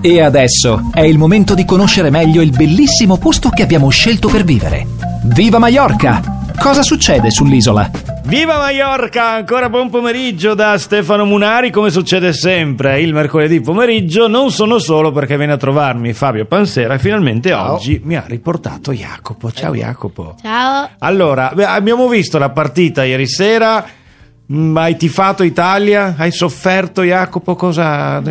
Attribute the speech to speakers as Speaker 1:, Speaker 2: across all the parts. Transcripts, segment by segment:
Speaker 1: E adesso è il momento di conoscere meglio il bellissimo posto che abbiamo scelto per vivere. Viva Mallorca! Cosa succede sull'isola?
Speaker 2: Viva Mallorca! Ancora buon pomeriggio da Stefano Munari, come succede sempre il mercoledì pomeriggio. Non sono solo perché viene a trovarmi Fabio Pansera e finalmente oggi mi ha riportato Jacopo. Ciao Jacopo.
Speaker 3: Ciao.
Speaker 2: Allora, beh, abbiamo visto la partita ieri sera. Mm, Hai tifato Italia? Hai sofferto Jacopo? Cosa...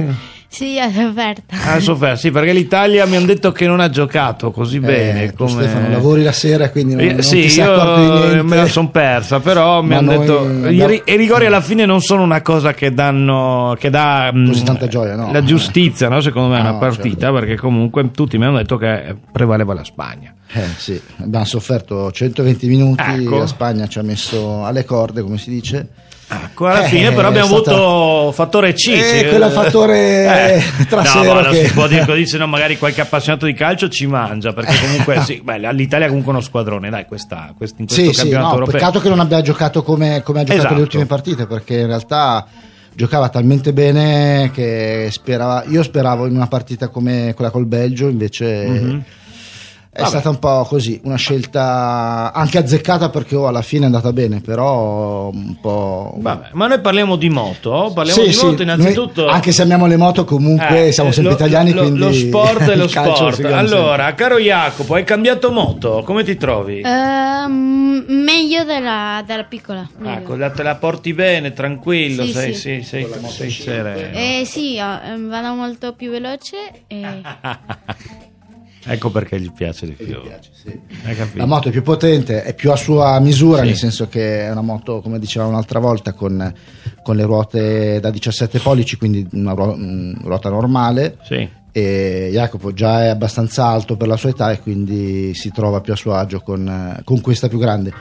Speaker 3: Sì, ho sofferto.
Speaker 2: Ha sofferto, sì, perché l'Italia mi hanno detto che non ha giocato così bene.
Speaker 4: Eh, tu,
Speaker 2: come...
Speaker 4: ecco, Stefano, lavori la sera, quindi non,
Speaker 2: Eh,
Speaker 4: non
Speaker 2: sì,
Speaker 4: ti sei accorto di niente.
Speaker 2: io me la sono persa, però mi
Speaker 4: Ma
Speaker 2: hanno
Speaker 4: noi
Speaker 2: detto
Speaker 4: abbiamo-
Speaker 2: i ri- i rigori alla fine non sono una cosa che danno che dà mm,
Speaker 4: Così tanta gioia, no? Ah,
Speaker 2: La giustizia, no? secondo me è una
Speaker 4: No, certo.
Speaker 2: partita, perché comunque tutti mi hanno detto che prevaleva la Spagna.
Speaker 4: Eh, sì, abbiamo sofferto 120 minuti,
Speaker 2: Ecco.
Speaker 4: la Spagna ci ha messo alle corde, come si dice.
Speaker 2: Ecco, alla
Speaker 4: Eh,
Speaker 2: fine però
Speaker 4: è
Speaker 2: abbiamo
Speaker 4: stata-
Speaker 2: avuto fattore C.
Speaker 4: Eh,
Speaker 2: sì. Eh,
Speaker 4: quello fattore
Speaker 2: No,
Speaker 4: trasero
Speaker 2: ma non
Speaker 4: che-
Speaker 2: si può dire così, se no magari qualche appassionato di calcio ci mangia, perché comunque sì, beh, l'Italia è comunque uno squadrone, dai, questa, quest- in questo
Speaker 4: Sì, sì,
Speaker 2: campionato
Speaker 4: no,
Speaker 2: europeo.
Speaker 4: peccato che non abbia giocato come, come ha giocato
Speaker 2: Esatto.
Speaker 4: le ultime partite, perché in realtà giocava talmente bene che sperava, io speravo in una partita come quella col Belgio, invece...
Speaker 2: Mhm.
Speaker 4: È
Speaker 2: Vabbè.
Speaker 4: stata un po' così, una scelta anche azzeccata perché oh, alla fine è andata bene, però un po'...
Speaker 2: Vabbè, ma noi parliamo di moto, parliamo
Speaker 4: Sì,
Speaker 2: di
Speaker 4: sì,
Speaker 2: moto innanzitutto.
Speaker 4: noi, anche se amiamo le moto, comunque
Speaker 2: Eh,
Speaker 4: siamo sempre
Speaker 2: lo-
Speaker 4: italiani.
Speaker 2: lo,
Speaker 4: quindi
Speaker 2: lo sport è lo
Speaker 4: il calcio
Speaker 2: sport.
Speaker 4: seguiamo
Speaker 2: Allora, caro Jacopo, hai cambiato moto, come ti trovi?
Speaker 3: Eh, Ehm, meglio della, della piccola. meglio.
Speaker 2: Ecco, la, te la porti bene, tranquillo,
Speaker 3: Sì,
Speaker 2: sei,
Speaker 3: sì.
Speaker 2: sì, sei, sei sereno.
Speaker 3: Eh sì, ho- ehm, vado molto più veloce. eh, E...
Speaker 2: ecco perché gli piace di più. Hai
Speaker 4: sempre.
Speaker 2: capito?
Speaker 4: La moto è più potente, è più a sua misura,
Speaker 2: Sì.
Speaker 4: nel senso che è una moto, come dicevamo un'altra volta, con, con le ruote da 17 pollici, quindi una ruo- mh, ruota normale.
Speaker 2: Sì.
Speaker 4: E Jacopo già è abbastanza alto per la sua età e quindi si trova più a suo agio con, eh, con questa più grande.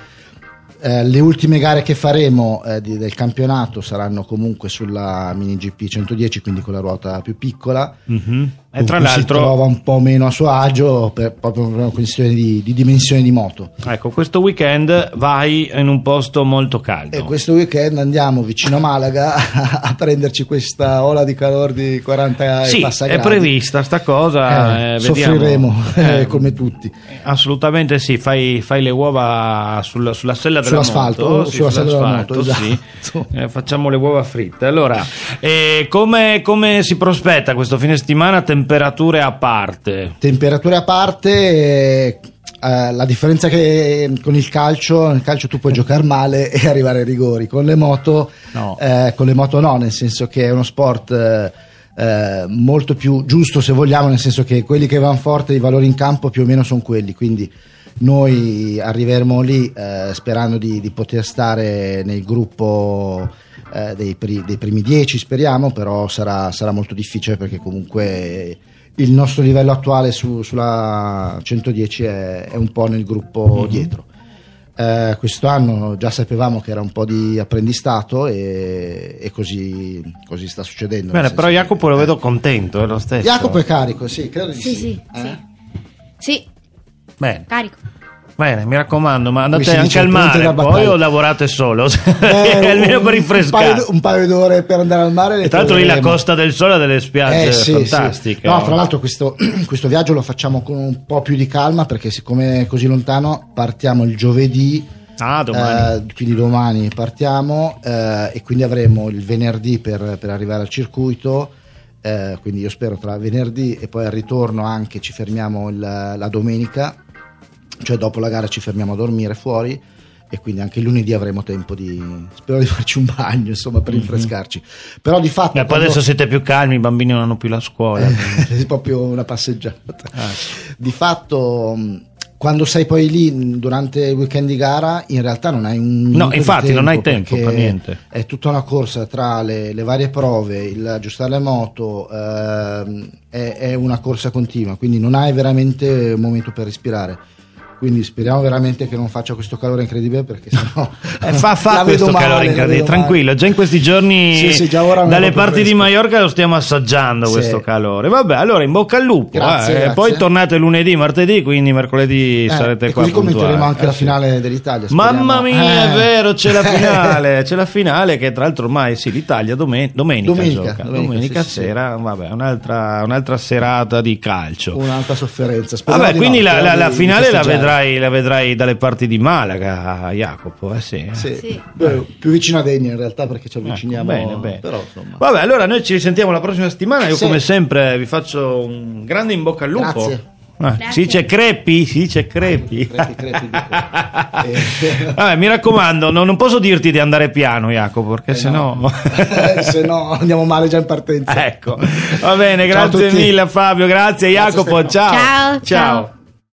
Speaker 4: Eh, le ultime gare che faremo eh, di- del campionato saranno comunque sulla mini GP 110, quindi con la ruota più piccola.
Speaker 2: Mhm. E
Speaker 4: con
Speaker 2: tra
Speaker 4: cui Uh, si
Speaker 2: l'altro,
Speaker 4: trova un po' meno a suo agio per, proprio per una questione di, di dimensione di moto.
Speaker 2: ecco, questo weekend vai in un posto molto caldo.
Speaker 4: E questo weekend andiamo vicino a Malaga a prenderci questa ola di calore di 40 e
Speaker 2: sì,
Speaker 4: passa
Speaker 2: è
Speaker 4: gradi.
Speaker 2: prevista sta cosa.
Speaker 4: Eh,
Speaker 2: eh, vediamo.
Speaker 4: soffriremo eh,
Speaker 2: Eh,
Speaker 4: come tutti.
Speaker 2: Assolutamente sì, fai, fai le uova sulla, sulla sella della
Speaker 4: Sull'asfalto,
Speaker 2: moto.
Speaker 4: o sulla sella della moto,
Speaker 2: sì.
Speaker 4: esatto.
Speaker 2: Eh, facciamo le uova fritte. Allora, eh, come, come si prospetta questo fine settimana? Temperature a parte.
Speaker 4: Temperature a parte, eh, eh, la differenza che eh, con il calcio, nel calcio tu puoi giocare male e arrivare ai rigori, con le moto,
Speaker 2: No.
Speaker 4: eh, con le moto no, nel senso che è uno sport eh, eh, molto più giusto se vogliamo, nel senso che quelli che vanno forte, i valori in campo più o meno sono quelli, quindi noi arriveremo lì eh, sperando di, di poter stare nel gruppo eh, dei, pri- dei primi dieci, speriamo, però sarà, sarà molto difficile perché comunque il nostro livello attuale su- sulla 110 è, è un po' nel gruppo
Speaker 2: Mhm.
Speaker 4: dietro. Eh, quest'anno già sapevamo che era un po' di apprendistato e, e così, così sta succedendo. nel
Speaker 2: Bene,
Speaker 4: senso
Speaker 2: però
Speaker 4: che-
Speaker 2: Jacopo lo
Speaker 4: eh.
Speaker 2: vedo contento, è lo stesso.
Speaker 4: Jacopo è carico, sì, credo di
Speaker 3: Sì, sì,
Speaker 4: Eh?
Speaker 3: sì. Sì,
Speaker 2: Bene,
Speaker 3: carico.
Speaker 2: bene, mi raccomando, ma
Speaker 4: Come si
Speaker 2: andate anche
Speaker 4: dice,
Speaker 2: al
Speaker 4: pronti
Speaker 2: mare,
Speaker 4: alla
Speaker 2: poi
Speaker 4: battaglia.
Speaker 2: o lavorate solo,
Speaker 4: Eh,
Speaker 2: almeno per
Speaker 4: Un
Speaker 2: rinfrescare.
Speaker 4: paio, un paio d'ore per andare al mare. le
Speaker 2: E tra l'altro lì la
Speaker 4: troveremo.
Speaker 2: Costa del Sole ha delle spiagge
Speaker 4: Eh, sì,
Speaker 2: fantastiche.
Speaker 4: sì. No, tra l'altro questo, questo viaggio lo facciamo con un po' più di calma perché siccome è così lontano partiamo il giovedì,
Speaker 2: Ah, domani.
Speaker 4: eh, quindi domani partiamo eh, e quindi avremo il venerdì per, per arrivare al circuito. eh, quindi io spero tra venerdì e poi al ritorno anche ci fermiamo il- la domenica, cioè dopo la gara ci fermiamo a dormire fuori e quindi anche lunedì avremo tempo di spero di farci un bagno insomma per rinfrescarci però di fatto
Speaker 2: Mhm. Beh, Eh, poi
Speaker 4: quando-
Speaker 2: adesso siete più calmi, i bambini non hanno più la scuola.
Speaker 4: è proprio una passeggiata.
Speaker 2: Ah,
Speaker 4: Di fatto, mh, quando sei poi lì mh, durante il weekend di gara, in realtà non hai un. minuto di
Speaker 2: infatti, non hai tempo
Speaker 4: perché
Speaker 2: per niente.
Speaker 4: È tutta una corsa tra le, le varie prove, il aggiustare le moto, ehm, è, è una corsa continua, quindi non hai veramente un momento per respirare. Quindi speriamo veramente che non faccia questo calore incredibile perché sennò
Speaker 2: Eh, fa fa
Speaker 4: la vedo
Speaker 2: questo
Speaker 4: male,
Speaker 2: calore
Speaker 4: la
Speaker 2: incredibile,
Speaker 4: vedo male.
Speaker 2: tranquillo. Già in questi giorni,
Speaker 4: Sì, sì, già ora mi è
Speaker 2: dalle
Speaker 4: proprio
Speaker 2: parti di
Speaker 4: fresco.
Speaker 2: Maiorca, lo stiamo assaggiando
Speaker 4: Sì.
Speaker 2: questo calore. Vabbè, allora in bocca al lupo.
Speaker 4: Grazie,
Speaker 2: eh.
Speaker 4: grazie.
Speaker 2: Poi tornate lunedì, martedì, quindi mercoledì
Speaker 4: Eh,
Speaker 2: sarete
Speaker 4: e
Speaker 2: qua.
Speaker 4: così commenteremo
Speaker 2: puntuali. Eh,
Speaker 4: anche la finale dell'Italia. speriamo.
Speaker 2: Mamma mia, è
Speaker 4: Eh.
Speaker 2: vero, c'è la finale, c'è la finale che tra l'altro ormai sì, l'Italia dome- domenica,
Speaker 4: Domenica,
Speaker 2: gioca.
Speaker 4: domenica,
Speaker 2: Domenica
Speaker 4: sì, sì,
Speaker 2: sera, vabbè, un'altra, un'altra serata di calcio.
Speaker 4: Un'altra sofferenza. Speriamo
Speaker 2: Vabbè,
Speaker 4: di
Speaker 2: quindi
Speaker 4: no,
Speaker 2: la, la-
Speaker 4: speriamo
Speaker 2: la
Speaker 4: di- di
Speaker 2: finale la
Speaker 4: festeggiare.
Speaker 2: vedrai, la vedrai dalle parti di Malaga, Jacopo, eh sì. eh.
Speaker 4: Sì.
Speaker 3: Sì.
Speaker 4: Beh, più vicino a Degna in realtà perché ci
Speaker 2: Ecco,
Speaker 4: avviciniamo.
Speaker 2: bene, bene.
Speaker 4: Però insomma.
Speaker 2: Vabbè, allora noi ci risentiamo la prossima settimana. Io,
Speaker 4: Sì.
Speaker 2: come sempre, vi faccio un grande in bocca al lupo.
Speaker 4: Grazie.
Speaker 2: Ah,
Speaker 3: Grazie.
Speaker 2: si dice crepi, si dice crepi.
Speaker 4: Crepi, crepi, crepi. Eh.
Speaker 2: Vabbè, mi raccomando, no- non posso dirti di andare piano, Jacopo, perché
Speaker 4: Eh,
Speaker 2: sennò.
Speaker 4: no. se no andiamo male già in partenza.
Speaker 2: ecco, va bene,
Speaker 4: Ciao a
Speaker 2: grazie
Speaker 4: tutti.
Speaker 2: mille Fabio, grazie,
Speaker 4: Grazie,
Speaker 2: Jacopo,
Speaker 4: Stefano.
Speaker 2: ciao.
Speaker 3: Ciao, ciao.
Speaker 2: ciao.